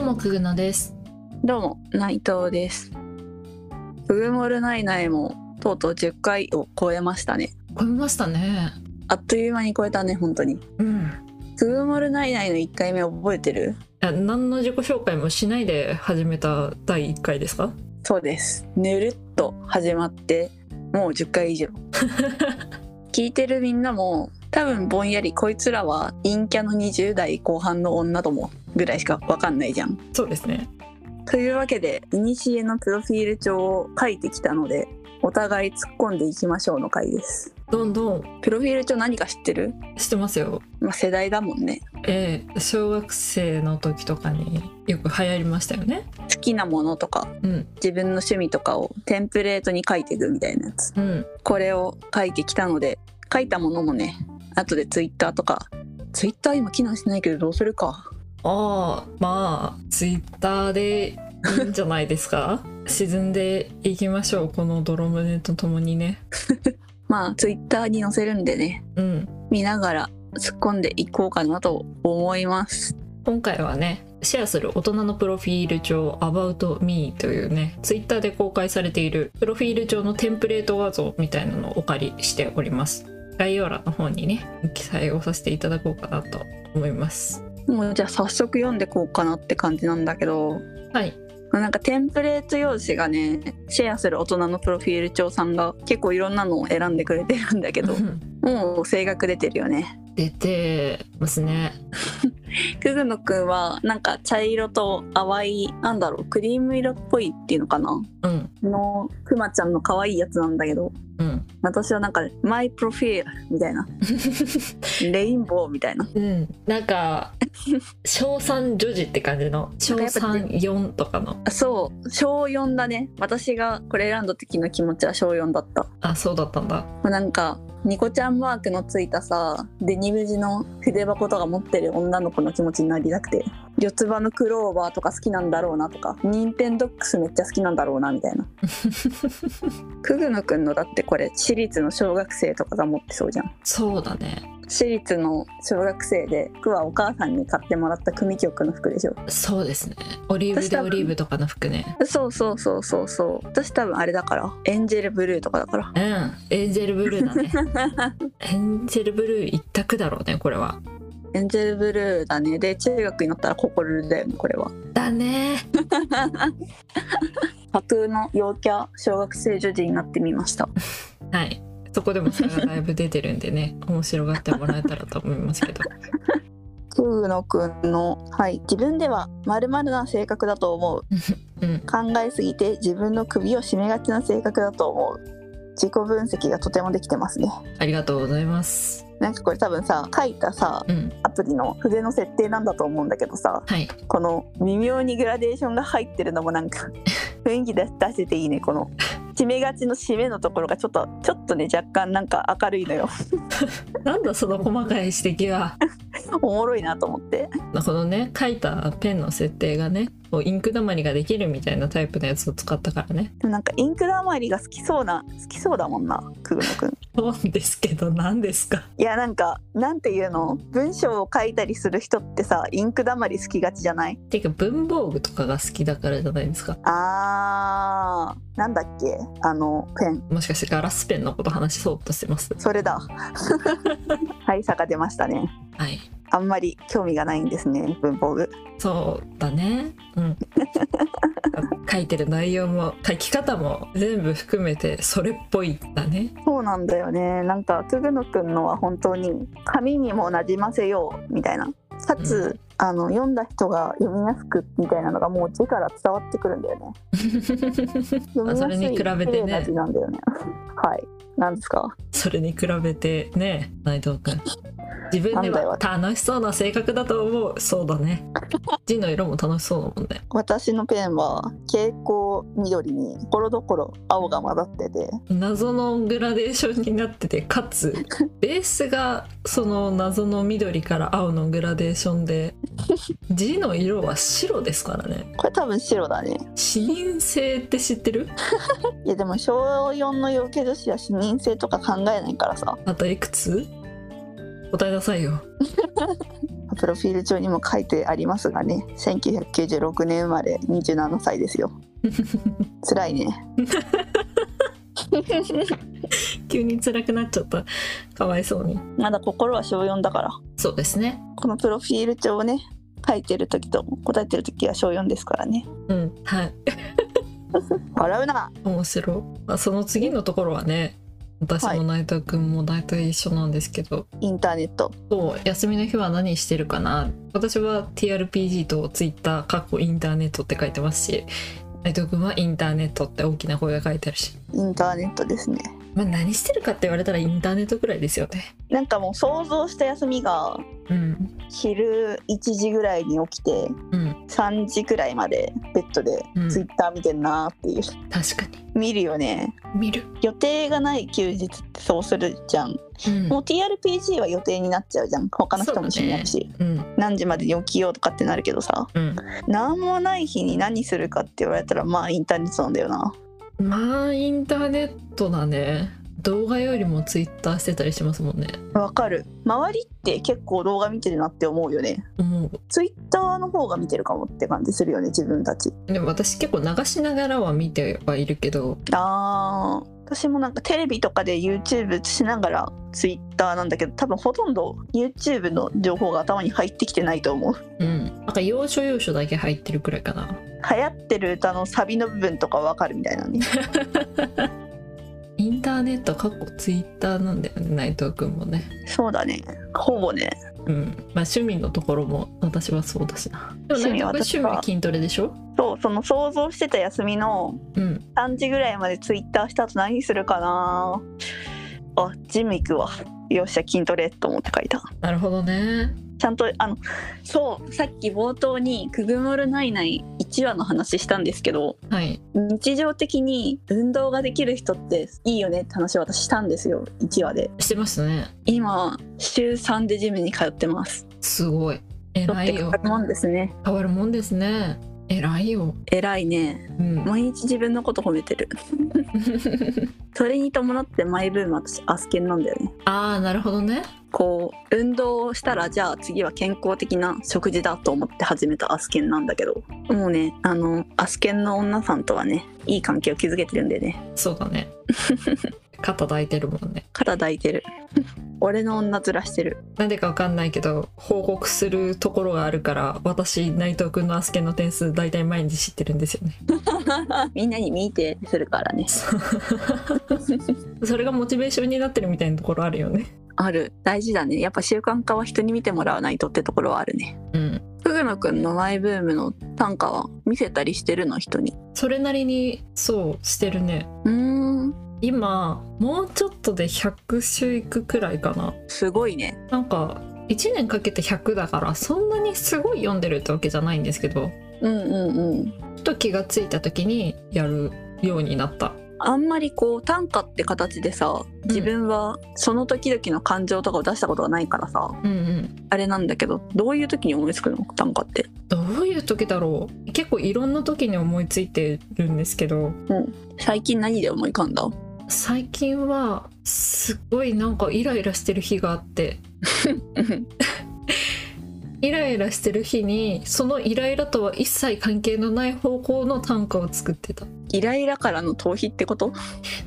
もくぐのですどうも内藤です。ググモルナイナイもとうとう10回を超えましたね。超えましたねあっという間に超えたね本当に。うんググモルナイナイの1回目覚えてる？何の自己紹介もしないで始めた第一回ですかそうです。ぬるっと始まってもう10回以上。聞いてるみんなも多分ぼんやりこいつらは陰キャの20代後半の女どもぐらいしかわかんないじゃん。そうですねというわけで古のプロフィール帳を書いてきたのでお互い突っ込んでいきましょうの回です。どんどんプロフィール帳何か知ってるしてますよまあ、世代だもんねええ小学生の時とかによく流行りましたよね好きなものとかうん自分の趣味とかをテンプレートに書いていくみたいなやつうんこれを書いてきたので書いたものもね後でツイッターとかツイッター今機能してないけどどうするかああまあツイッターでいいんじゃないですか 沈んでいきましょうこの泥船とともにねまあツイッターに載せるんでねうん見ながら突っ込んでいこうかなと思います今回はねシェアする大人のプロフィール帳 About Me というねツイッターで公開されているプロフィール帳のテンプレート画像みたいなのをお借りしております概要欄の方にね記載をさせていただこうかなと思いますもうじゃあ早速読んでこうかなって感じなんだけどはいなんかテンプレート用紙がねシェアする大人のプロフィール帳さんが結構いろんなのを選んでくれてるんだけどもう性格出てるよね出てますねくぐのくんはなんか茶色と淡いなんだろうクリーム色っぽいっていうのかなうんのくまちゃんの可愛いやつなんだけどうん私はなんかマイプロフィールみたいなレインボーみたいなうん、なん か小3女児って感じの小なんかやっぱ34とかのそう小4だね私がこれ選んだ時の気持ちは小4だったあそうだったんだもうなんかニコちゃんマークのついたさデニム地の筆箱とか持ってる女の子の気持ちになりたくて四つ葉のクローバーとか好きなんだろうなとかニンテンドックスめっちゃ好きなんだろうなみた いなくぐのくんのだってこれ私立の小学生とかが持ってそうじゃんそうだね私立の小学生で服はお母さんに買ってもらった組曲の服でしょそうですねオリーブ私で多オ分リーブとかの服ねそうそうそうそうそう私多分あれだからエンジェルブルーとかだからうん、エンジェルブルーだ ね。エンジェルブルー一択だろうね、これは。エンジェルブルーだねで中学になったらココルルだよねこれはだね。架空の陽キャ小学生女児になってみましたはい。そこでもそれがだいぶ出てるんでね、面白がってもらえたらと思いますけど。 空野くんの、はい、自分では丸々な性格だと思ううん、考えすぎて自分の首を絞めがちな性格だと思う自己分析がとてもできてますねありがとうございます。なんかこれ多分さ書いたさうん、アプリの筆の設定なんだと思うんだけどさはい。この微妙にグラデーションが入ってるのもなんか 雰囲気出し出してていいねこの締めがちの締めのところがちょっとちょっとね若干なんか明るいのよなんだその細かい指摘 は。おもろいなと思ってこのね、書いたペンの設定がね、こうインク溜まりができるみたいなタイプのやつを使ったからね。でもなんかインクだまりが好きそうな好きそうだもんな久保野くんそうですけど、何ですか。いやなんかなんていうの文章を書いたりする人ってさインクだまり好きがちじゃないていうか、文房具とかが好きだからじゃないですか。あーなんだっけあのペンもしかしてガラスペンのこと話そうとしてます。それだ はい差が出ましたねはい。あんまり興味がないんですね文房具そうだね。うん。 書いてる内容も書き方も全部含めてそれっぽいんだね。そうなんだよねなんか久ぐのくんのは本当に紙にもなじませようみたいなかつ、あの読んだ人が読みやすくみたいなのがもう字から伝わってくるんだよ ね読みやすいそれに比べてね綺麗な字なんだよねはいなんですかそれに比べてね内藤君自分では楽しそうな性格だと思うそうだね字の色も楽しそうだもんね私のペンは蛍光緑にところどころ青が混ざってて謎のグラデーションになっててかつベースがその謎の緑から青のグラデーションで字の色は白ですからねこれ多分白だね視認性って知ってるいやでも小4の陽気女子は視認性とか考えないからさあといくつ答えなさいよ。プロフィール帳にも書いてありますがね1996年生まれ27歳です よ辛いね急に辛くなっちゃったかわいそうに まだ心は小4だからそうですねこのプロフィール帳をね書いてる時と答えてる時は小4ですからねうんはい笑うな面白い、まあ、その次のところはね私はいも内藤君も大体一緒なんですけど、インターネットそう休みの日は何してるかな私は TRPG と Twitter かっこインターネットって書いてますし内藤君はインターネットって大きな声が書いてあるし、インターネットですねまあ、何してるかって言われたらインターネットくらいですよねなんかもう想像した休みがうん昼1時ぐらいに起きてうん3時ぐらいまでベッドでうんツイッター見てんなーっていう、確かに見るよね見る、予定がない休日ってそうするじゃん、うんもう TRPG は予定になっちゃうじゃん他の人も一緒にやるし、うん何時までに起きようとかってなるけどさうん何もない日に何するかって言われたらまあインターネットなんだよなまあインターネットだね動画よりもツイッターしてたりしますもんねわかる周りって結構動画見てるなって思うよね思うツイッターの方が見てるかもって感じするよね自分たちでも私結構流しながらは見てはいるけどあー私もなんかテレビとかで YouTube しながらツイッターなんだけど多分ほとんど YouTube の情報が頭に入ってきてないと思ううんなんか要所要所だけ入ってるくらいかな流行ってる歌のサビの部分とかわかるみたい なねインターネットかっこツイッターなんだよね内藤君もねそうだねほぼねうんまあ趣味のところも私はそうだしなでも内藤君趣味私趣は味筋トレでしょそうその想像してた休みのうん3時ぐらいまでツイッターした後何するかなあジム行くわよっしゃ筋トレと思って書いたなるほどねちゃんとあのそうさっき冒頭に「くぐもるないない」1話の話したんですけどはい日常的に運動ができる人っていいよねって話を私したんですよ1話でしてますね今週3でジムに通ってますすごいとっ偉てい変よわるもんですね変わるもんですね偉いよ偉いねうん毎日自分のこと褒めてるそれに伴ってマイブーム私アスケンなんだよねああなるほどねこう運動をしたらじゃあ次は健康的な食事だと思って始めたアスケンなんだけどもうねあのアスケンの女さんとはねいい関係を築けてるんでねそうだね肩抱いてるもんね肩抱いてる 俺の女ずらしてるなんでかわかんないけど報告するところがあるから私内藤君のアスケンの点数大体毎日知ってるんです よねみんなに見てするからねそれがモチベーションになってるみたいなところあるよねある大事だねやっぱ習慣化は人に見てもらわないとってところはあるねうんふぐのくんのマイブームの短歌は見せたりしてるの人にそれなりにそうしてるねうーん今もうちょっとで100週いくくらいかなすごいねなんか1年かけて100だからそんなにすごい読んでるってわけじゃないんですけどうんうんうんふと気がついた時にやるようになったあんまりこう短歌って形でさ自分はその時々の感情とかを出したことがないからさ、うんうんあれなんだけどどういう時に思いつくの短歌ってどういう時だろう結構いろんな時に思いついてるんですけど最近何で思い浮かんだ最近はすっごいなんかイライラしてる日があってイライラしてる日にそのイライラとは一切関係のない方向の短歌を作ってたイライラからの逃避ってこと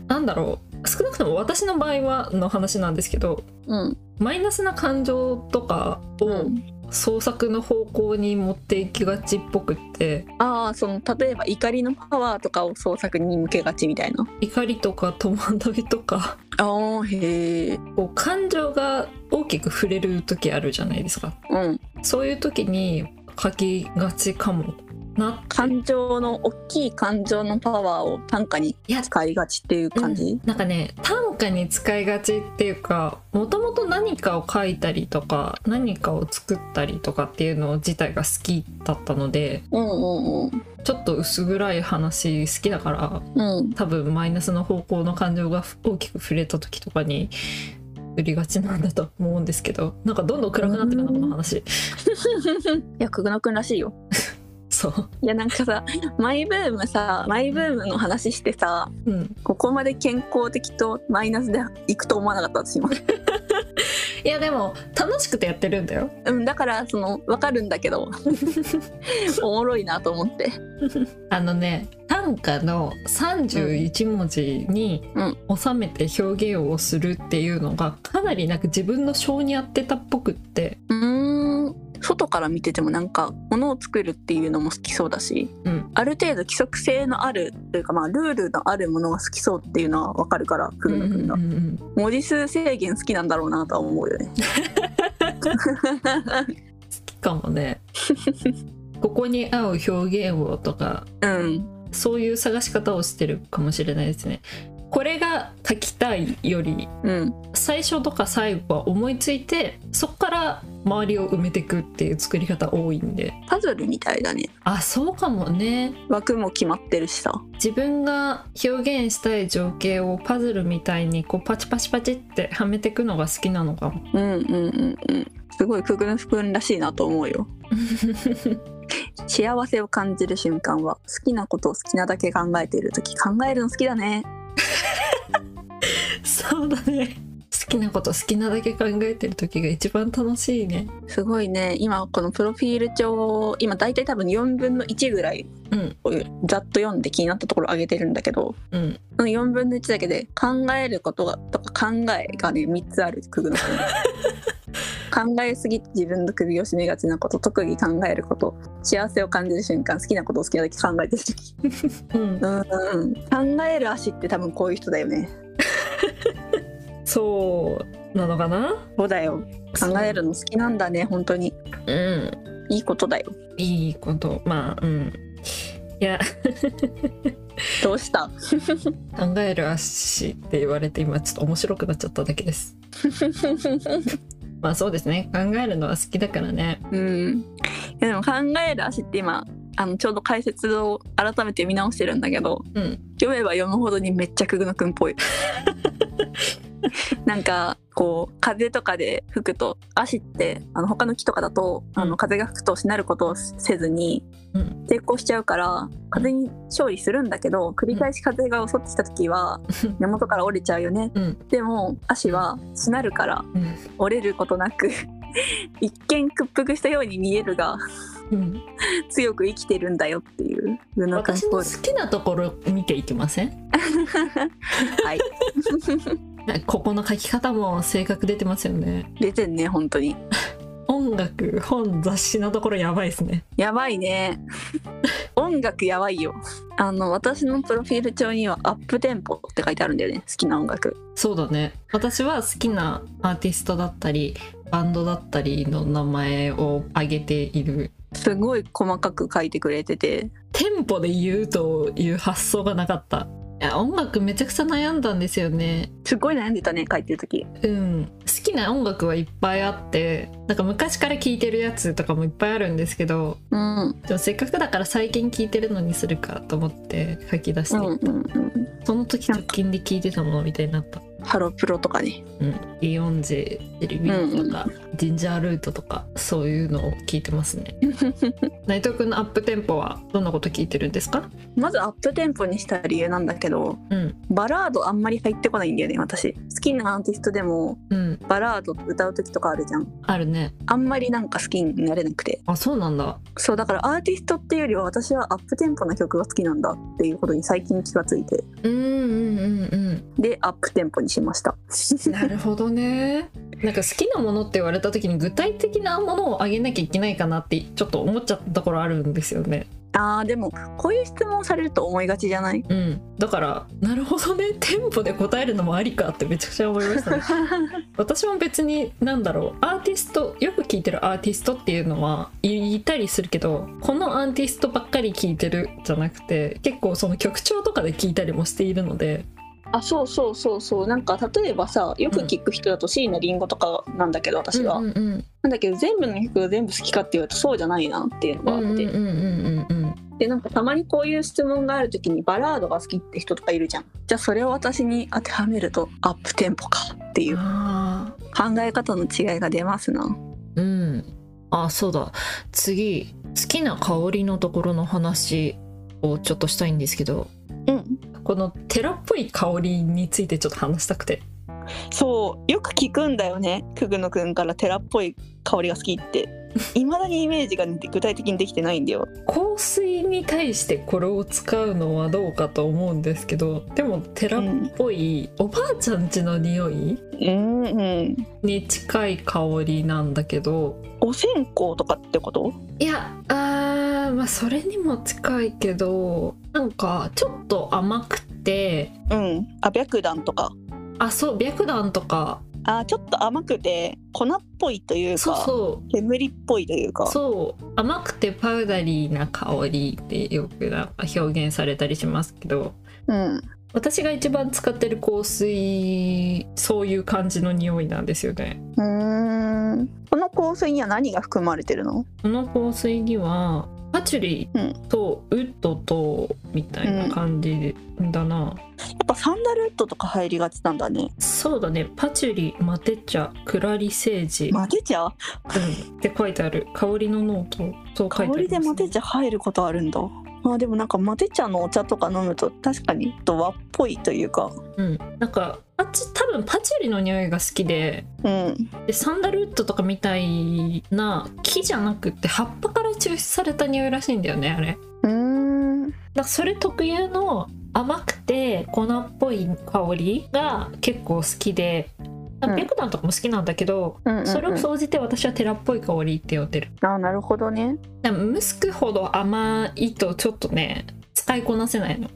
なんだろう少なくとも私の場合はの話なんですけどうん、マイナスな感情とかを創作の方向に持っていきがちっぽくってああその例えば怒りのパワーとかを創作に向けがちみたいな怒りとか戸惑いとかああへえこう感情が大きく触れる時あるじゃないですかうんそういう時に書きがちかもな感情の大きい感情のパワーを短歌にいや使いがちっていう感じ、なんかね短歌に使いがちっていうかもともと何かを書いたりとか何かを作ったりとかっていうの自体が好きだったのでうん、うんうんちょっと薄暗い話好きだからうん多分マイナスの方向の感情が大きく触れた時とかに振りがちなんだと思うんですけどなんかどんどん暗くなってるなこの話 いや久野くんらしいよそういやなんかさマイブームさマイブームの話してさうんここまで健康的とマイナスでいくと思わなかった私もいやでも楽しくてやってるんだよ うん、だからその分かるんだけど おもろいなと思ってあのね短歌の31文字に収めて表現をするっていうのがかなりなんか自分の性に合ってたっぽくって、うーん外から見ててもなんか物を作るっていうのも好きそうだしうん、ある程度規則性のあるというかまあルールのあるものが好きそうっていうのは分かるからくるのくんがうんうんうん文字数制限好きなんだろうなとは思うよねかもねここに合う表現をとかうんそういう探し方をしてるかもしれないですねこれが書きたいよりうん最初とか最後は思いついてそこから周りを埋めていくっていう作り方多いんでパズルみたいだねあそうかもね枠も決まってるしさ自分が表現したい情景をパズルみたいにこうパチパチパチってはめていくのが好きなのかもうんうんうんうんすごいくぐんふくんらしいなと思う よ幸せを感じる瞬間は好きなことを好きなだけ考えている時考えるの好きだねそうだね好きなこと好きなだけ考えてる時が一番楽しいねすごいね今このプロフィール帳今大体多分4分の1ぐらいうんをざっと読んで気になったところ上げてるんだけどうんその4分の1だけで考えることがとか考えがね3つある くぐの考えすぎて自分の首を絞めがちなこと特技考えること幸せを感じる瞬間好きなことを好きなだけ考えてる時うんう、んうん考える足って多分こういう人だよねそうなのかなそうだよ考えるの好きなんだね本当にうんいいことだよいいことまあうんいやどうした考える足って言われて今ちょっと面白くなっちゃっただけ ですまあそうですね考えるのは好きだからねうん、いやでも考える足って今あのちょうど解説を改めて見直してるんだけどうん読めば読むほどにめっちゃくぐのくんっぽい なんかこう風とかで吹くと足ってあの他の木とかだと、あうんの風が吹くとしなることをせずにうん抵抗しちゃうから風に勝利するんだけど繰り返し風が襲ってきた時はうん根元から折れちゃうよねうんでも足はしなるからうん折れることなく 一見屈服したように見えるがうん強く生きてるんだよっていうルナ君私スのポーツ好きなところ見ていきませんはい なんかここの書き方も性格出てますよね出てんね本当に音楽本雑誌のところやばいですねやばいね音楽やばいよあの私のプロフィール帳にはアップテンポって書いてあるんだよね好きな音楽そうだね私は好きなアーティストだったりバンドだったりの名前を挙げているすごい細かく書いてくれててテンポで言うという発想がなかったいや音楽めちゃくちゃ悩んだんですよねすごい悩んでたね書いてる時うん好きな音楽はいっぱいあってなんか昔から聴いてるやつとかもいっぱいあるんですけどうんうんでもせっかくだから最近聴いてるのにするかと思って書き出しうて、んうんその時直近で聴いてたものみたいになったハロプロとかねうんビヨンジェテレビとか、ジンジャールートとかそういうのを聴いてます ね内藤君のアップテンポはどんなこと聴いてるんですかまずアップテンポにした理由なんだけどうんバラードあんまり入ってこないんだよね私好きなアーティストでもうんバラード歌う時とかあるじゃんあるねあんまりなんか好きになれなくてあそうなんだそうだからアーティストっていうよりは私はアップテンポな曲が好きなんだっていうことに最近気がついてうんうんうんうんでアップテンポにしました なるほどねなんか好きなものって言われた時に具体的なものをあげなきゃいけないかなってちょっと思っちゃったところあるんですよね あーでもこういう質問されると思いがちじゃないうんだからなるほどね テンポで答えるのもありかってめちゃくちゃ思いま したね私も別に何だろうアーティストよく聴いてるアーティストっていうのは言いたりするけどこのアーティストばっかり聴いてるじゃなくて結構その曲調とかで聴いたりもしているので あそうそうそうそうなんか例えばさよく聞く人だと椎名林檎とかなんだけど私は、うんうんなんだけど全部の曲が全部好きかって言われるとそうじゃないなっていうのうがあっんて、うんうんうんうんうんでなんかたまにこういう質問がある時にバラードが好きって人とかいるじゃんじゃあそれを私に当てはめるとアップテンポかっていうあー考え方の違いが出ますなうん。あ、そうだ。次、好きな香りのところの話をちょっとしたいんですけど、うんこの寺っぽい香りについてちょっと話したくて。そうよく聞くんだよね久久野くんから寺っぽい香りが好きっていまだにイメージがね具体的にできてないんだよ香水に対してこれを使うのはどうかと思うんですけどでも寺っぽい、おばあちゃん家の匂いうんうんに近い香りなんだけどお線香とかってこといやあーまあそれにも近いけどなんかちょっと甘くてうんあ白檀とかあそう白檀とかあちょっと甘くて粉っぽいというかそうそう煙っぽいというかそう甘くてパウダリーな香りってよくなんか表現されたりしますけどうん私が一番使ってる香水そういう感じの匂いなんですよねうーんこの香水には何が含まれてるのこの香水にはパチュリーとウッドとみたいな感じだな、やっぱサンダルウッドとか入りがちなんだねそうだねパチュリーマテ茶クラリセージ、マテ茶うんって書いてある香りのノートそう書香いてありますねりでマテ茶入ることあるんだあでもなんかマテ茶のお茶とか飲むと確かにちょっと和っぽいというかうんなんかあっち多分パチュリーの匂いが好きでうんでサンダルウッドとかみたいな木じゃなくて葉っぱから抽出された匂いらしいんだよねあれうーんだからそれ特有の甘くて粉っぽい香りが結構好きでうん白檀とかも好きなんだけど、うんうんうんそれを総じて私は寺っぽい香りって呼んでるあなるほどねだからムスクほど甘いとちょっとね使いこなせないの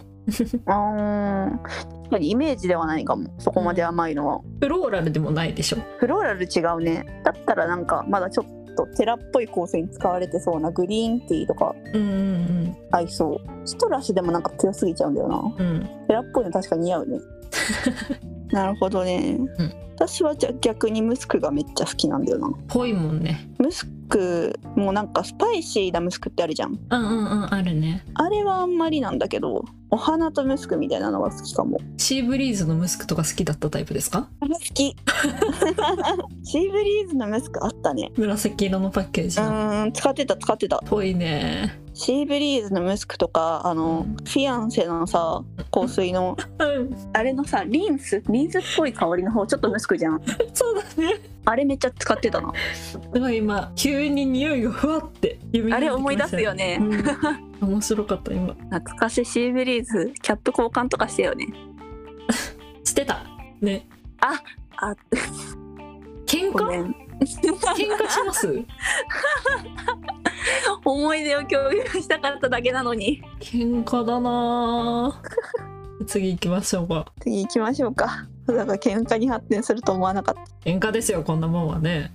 あー確かにイメージではないかもそこまで甘いのはフローラルでもないでしょフローラル違うねだったらなんかまだちょっと寺っぽい香水に使われてそうなグリーンティーとかうんうん合いそうシトラスでもなんか強すぎちゃうんだよなうんうん寺っぽいの確かに似合う ねなるほどね、うん私はじゃ逆にムスクがめっちゃ好きなんだよなぽいもんねムスクもなんかスパイシーなムスクってあるじゃんうんうんうんあるねあれはあんまりなんだけどお花とムスクみたいなのが好きかもシーブリーズのムスクとか好きだったタイプですか好き シーブリーズのムスクあったね紫色のパッケージうのーん使ってた使ってたぽいねシーブリーズのムスクとかあのフィアンセのさ香水のうん あれのさリンスリンスっぽい香りの方ちょっとムスクじゃんそうだねあれめっちゃ使ってたなすごい今急に匂いがふわって夢にあ出てれきました思い出すよねうん面白かった今懐かしいシーブリーズキャップ交換とかしてよねしてたねあ喧ご嘩め ん喧嘩します思い出を共有したかっただけなのに喧嘩だなぁ次行きましょうか次行きましょうかだから喧嘩に発展すると思わなかった喧嘩ですよこんなもんはね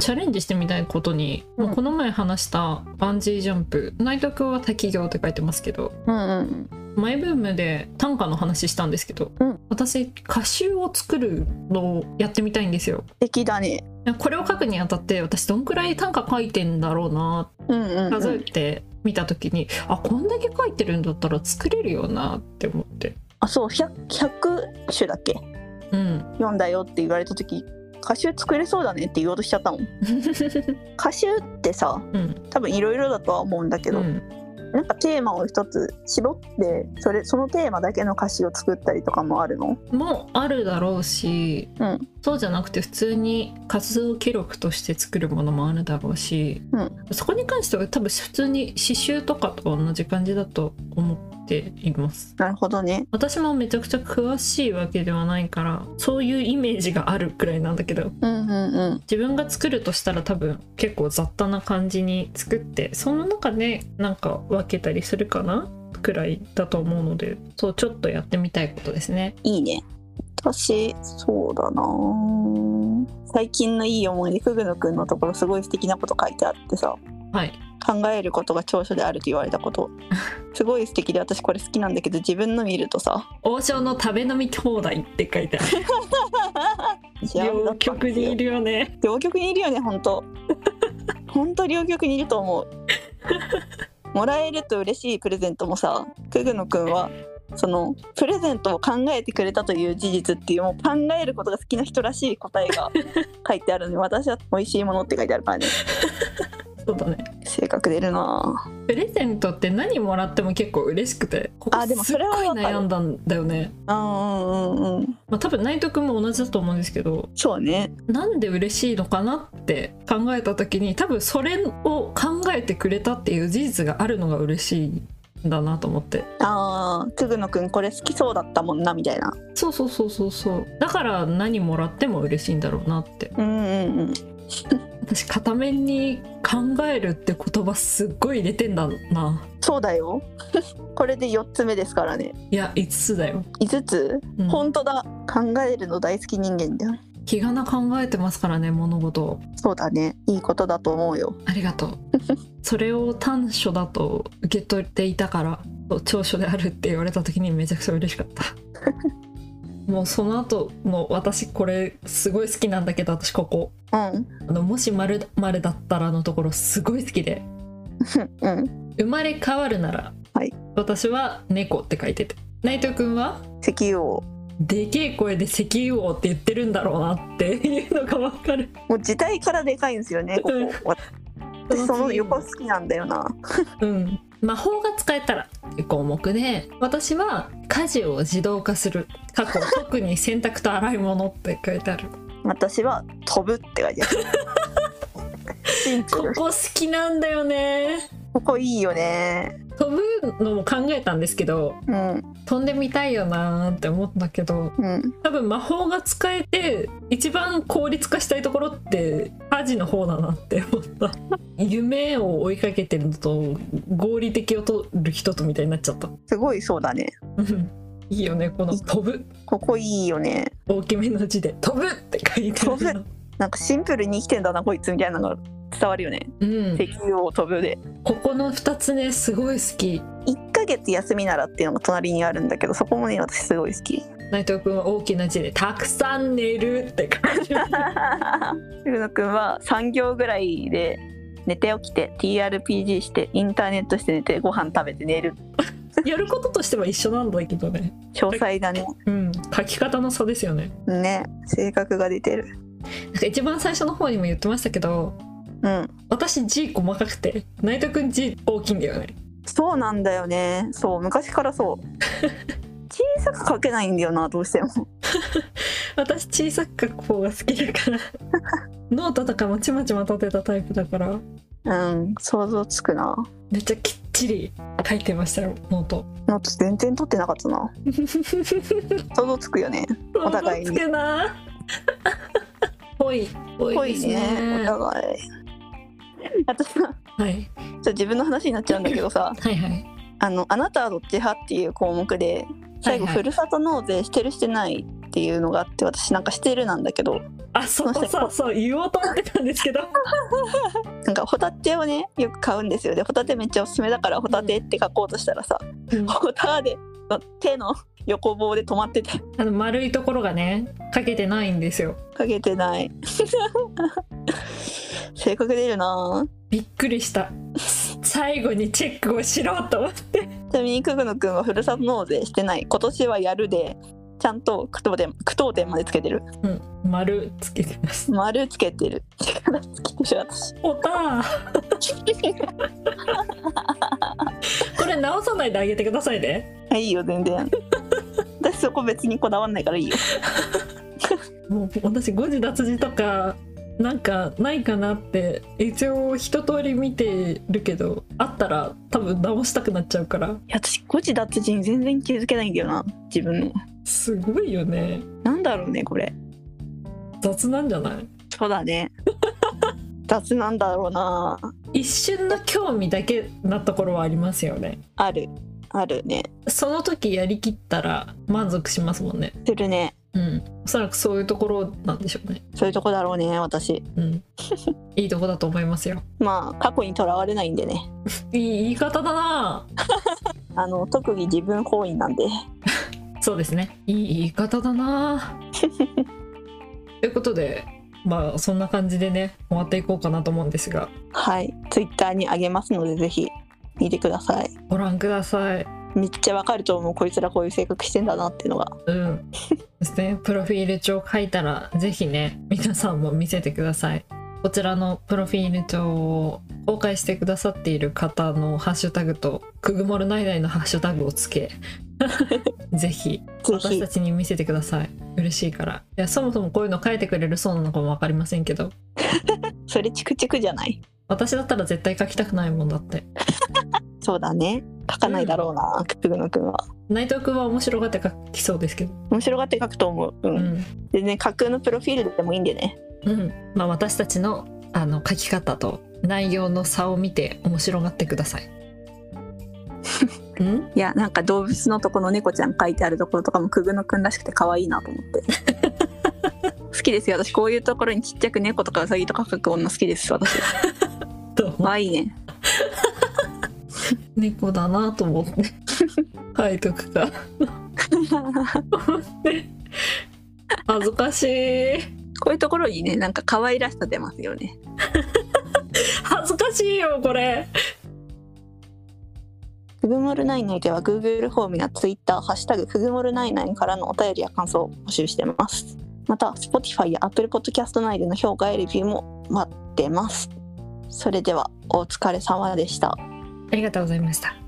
チャレンジしてみたいことに、うんまあこの前話したバンジージャンプ内藤君は多企業って書いてますけどうんうんマイブームで短歌の話したんですけど、うん私歌集を作るのをやってみたいんですよ素敵だねこれを書くにあたって私どんくらい短歌書いてんだろうなうんうん、うん、数えて見た時に、あこんだけ書いてるんだったら作れるよなって思ってあそう 100, 100種だっけうん読んだよって言われた時歌集作れそうだねって言おうとしちゃったも ん歌集ってさうん多分いろいろだとは思うんだけうど、んなんかテーマを一つ絞ってそれそのテーマだけの歌詞を作ったりとかもあるのもあるだろうしうんそうじゃなくて普通に活動記録として作るものもあるだろうし、うんそこに関しては多分普通に刺繍とかと同じ感じだと思っています。なるほどね私もめちゃくちゃ詳しいわけではないからそういうイメージがあるくらいなんだけどうんうんうん自分が作るとしたら多分結構雑多な感じに作ってその中でなんか分けたりするかなくらいだと思うのでそうちょっとやってみたいことですねいいね私そうだな最近のいい思い出くぐのくんのところすごい素敵なこと書いてあってさはい考えることが長所であると言われたことすごい素敵で私これ好きなんだけど自分の見るとさ王将の食べ飲み放題って書いてあ る幸せだ両ったん極ですよにいるよね両極にいるよね本 当本当両極にいると思うもらえると嬉しいプレゼントもさくぐのくんはそのプレゼントを考えてくれたという事実っていうもう考えることが好きな人らしい 答えが書いてあるので私は美味しいものって書いてあるからねそうだね正がくれるなぁプレゼントって何もらっても結構嬉しくてここあでもすっそれはごいわかる悩んだんだよねうんうんうんうんまあ多分内藤君も同じだと思うんですけどそうねなんで嬉しいのかなって考えた時に多分それを考えてくれたっていう事実があるのが嬉しいんだなと思ってああ久野くんこれ好きそうだったもんなみたいなそうそうそうそうそうだから何もらっても嬉しいんだろうなってうんうんうん私片面に考えるって言葉すっごい入れてんだなそうだよ これで4つ目ですからねいや5つだよ、 5つうん本当だ考えるの大好き人間だよ気がな考えてますからね物事をそうだねいいことだと思うよありがとうそれを短所だと受け取っていたから長所であるって言われた時にめちゃくちゃ嬉しかった もうその後の私これすごい好きなんだけど私ここうんあのもし丸丸だったらのところすごい好きでうん生まれ変わるなら、はい私は猫って書いてて内藤君は石油王でけえ声で石油王って言ってるんだろうなっていうのがわかるもう字体からでかいんですよねこうんこ私その横好きなんだよなうん、魔法が使えたらっていう項目で私は家事を自動化する過去特に洗濯と洗い物って書いてある私は飛ぶって書いてあ るシンこプルこ好きなんだよねここいいよね飛ぶのも考えたんですけどうん飛んでみたいよなーって思ったけどうん多分魔法が使えて一番効率化したいところって家事の方だなって思った夢を追いかけてるのと合理的を取る人とみたいになっちゃったすごいそうだねうんいいよねこの飛ぶここいいよね大きめの字で「飛ぶ!」って書いてあるのなんかシンプルに生きてんだなこいつみたいなのが伝わるよねうん、石油王飛ぶでここの2つねすごい好き1ヶ月休みならっていうのが隣にあるんだけどそこもね私すごい好き内藤君は大きな字で「たくさん寝る」って 感じ ゆうのくんは3行ぐらいで寝て起きて TRPG してインターネットして寝てご飯食べて寝るやることとしては一緒なんだけどね詳細だねうん書き方の差ですよねね性格が出てるなんか一番最初の方にも言ってましたけどうん私字細かくて内藤君字大きいんだよねそうなんだよねそう昔からそう 小さく書けないんだよなどうしても私小さく書く方が好きだからノートとかもちまちま立てたタイプだからうん想像つくなめっちゃきっちり書いてましたよノートノート全然取ってなかったな想像つくよねお互いに想像つくな。ぽい。濃ぽいいでですすねね。お互いあとさちょっはい。と自分の話になっちゃうんだけどさはいはい。あの「あなたはどっち派?」っていう項目で最後、はいはいふるさと納税してるしてないっていうのがあって私なんかしてるなんだけどあ、そこさ、そう、言おうと思ってたんですけど。なんかホタテをねよく買うんですよでホタテめっちゃおすすめだからホタテって書こうとしたらさホタで手の横棒で止まっててあの丸いところがね、かけてないんですよ。かけてない 性格出るなびっくりした。最後にチェックをしろと思って。ちなみに久久野くんはふるさと納税してない今年はやるでちゃんと句読点句読点までつけてるうん、丸つけてます。丸つけてる力つけてる私おたー、これ直さないであげてくださいね。いいよ 全然私そこ別にこだわんないからいいよもう私誤字脱字とか。なんかないかなって一応一通り見てるけどあったら多分直したくなっちゃうからいや私誤字脱字に全然気づけないんだよな自分のすごいよねなんだろうねこれ雑なんじゃないそうだ ね雑なんだろうな一瞬の興味だけなところはありますよねあるあるねその時やりきったら満足しますもんねするねうんおそらくそういうところなんでしょうねそういうとこだろうね私うんいいとこだと思いますよまあ過去にとらわれないんでねいい言い方だなあの特技自分本位なんでそうですねいい言い方だなということでまあそんな感じでね終わっていこうかなと思うんですがはいツイッターにあげますのでぜひ見てくださいご覧くださいめっちゃわかると思うこいつらこういう性格してんだなっていうのがうん。そしてプロフィール帳書いたらぜひね皆さんも見せてください。こちらのプロフィール帳を公開してくださっている方のハッシュタグとくぐもるないないのハッシュタグをつけ ぜひぜ私ひたちに見せてください嬉しいからいやそもそもこういうの書いてくれるそうなのかも分かりませんけどそれチクチクじゃない私だったら絶対書きたくないもんだってそうだね書かないだろうな、クグノ君は内藤君は面白がって書きそうですけど面白がって書くと思ううん、うん全然架空のプロフィールでもいいんでねうんまあ私たちのあの書き方と内容の差を見て面白がってくださいうんいやなんか動物のとこの猫ちゃん書いてあるところとかもクグノ君らしくて可愛いなと思って 好きですよ私こういうところにちっちゃく猫とかウサギとか書く女好きです私どうも可愛いね猫だなと思って書いとく か恥ずかしいこういうところにねなんか可愛らしさ出ますよね恥ずかしいよこれくぐもるないないでは Google フォームや Twitter「ハッシュタグくぐもるないない」からのお便りや感想を募集してますまた Spotify や Apple Podcast 内での評価やレビューも待ってますそれではお疲れ様でしたありがとうございました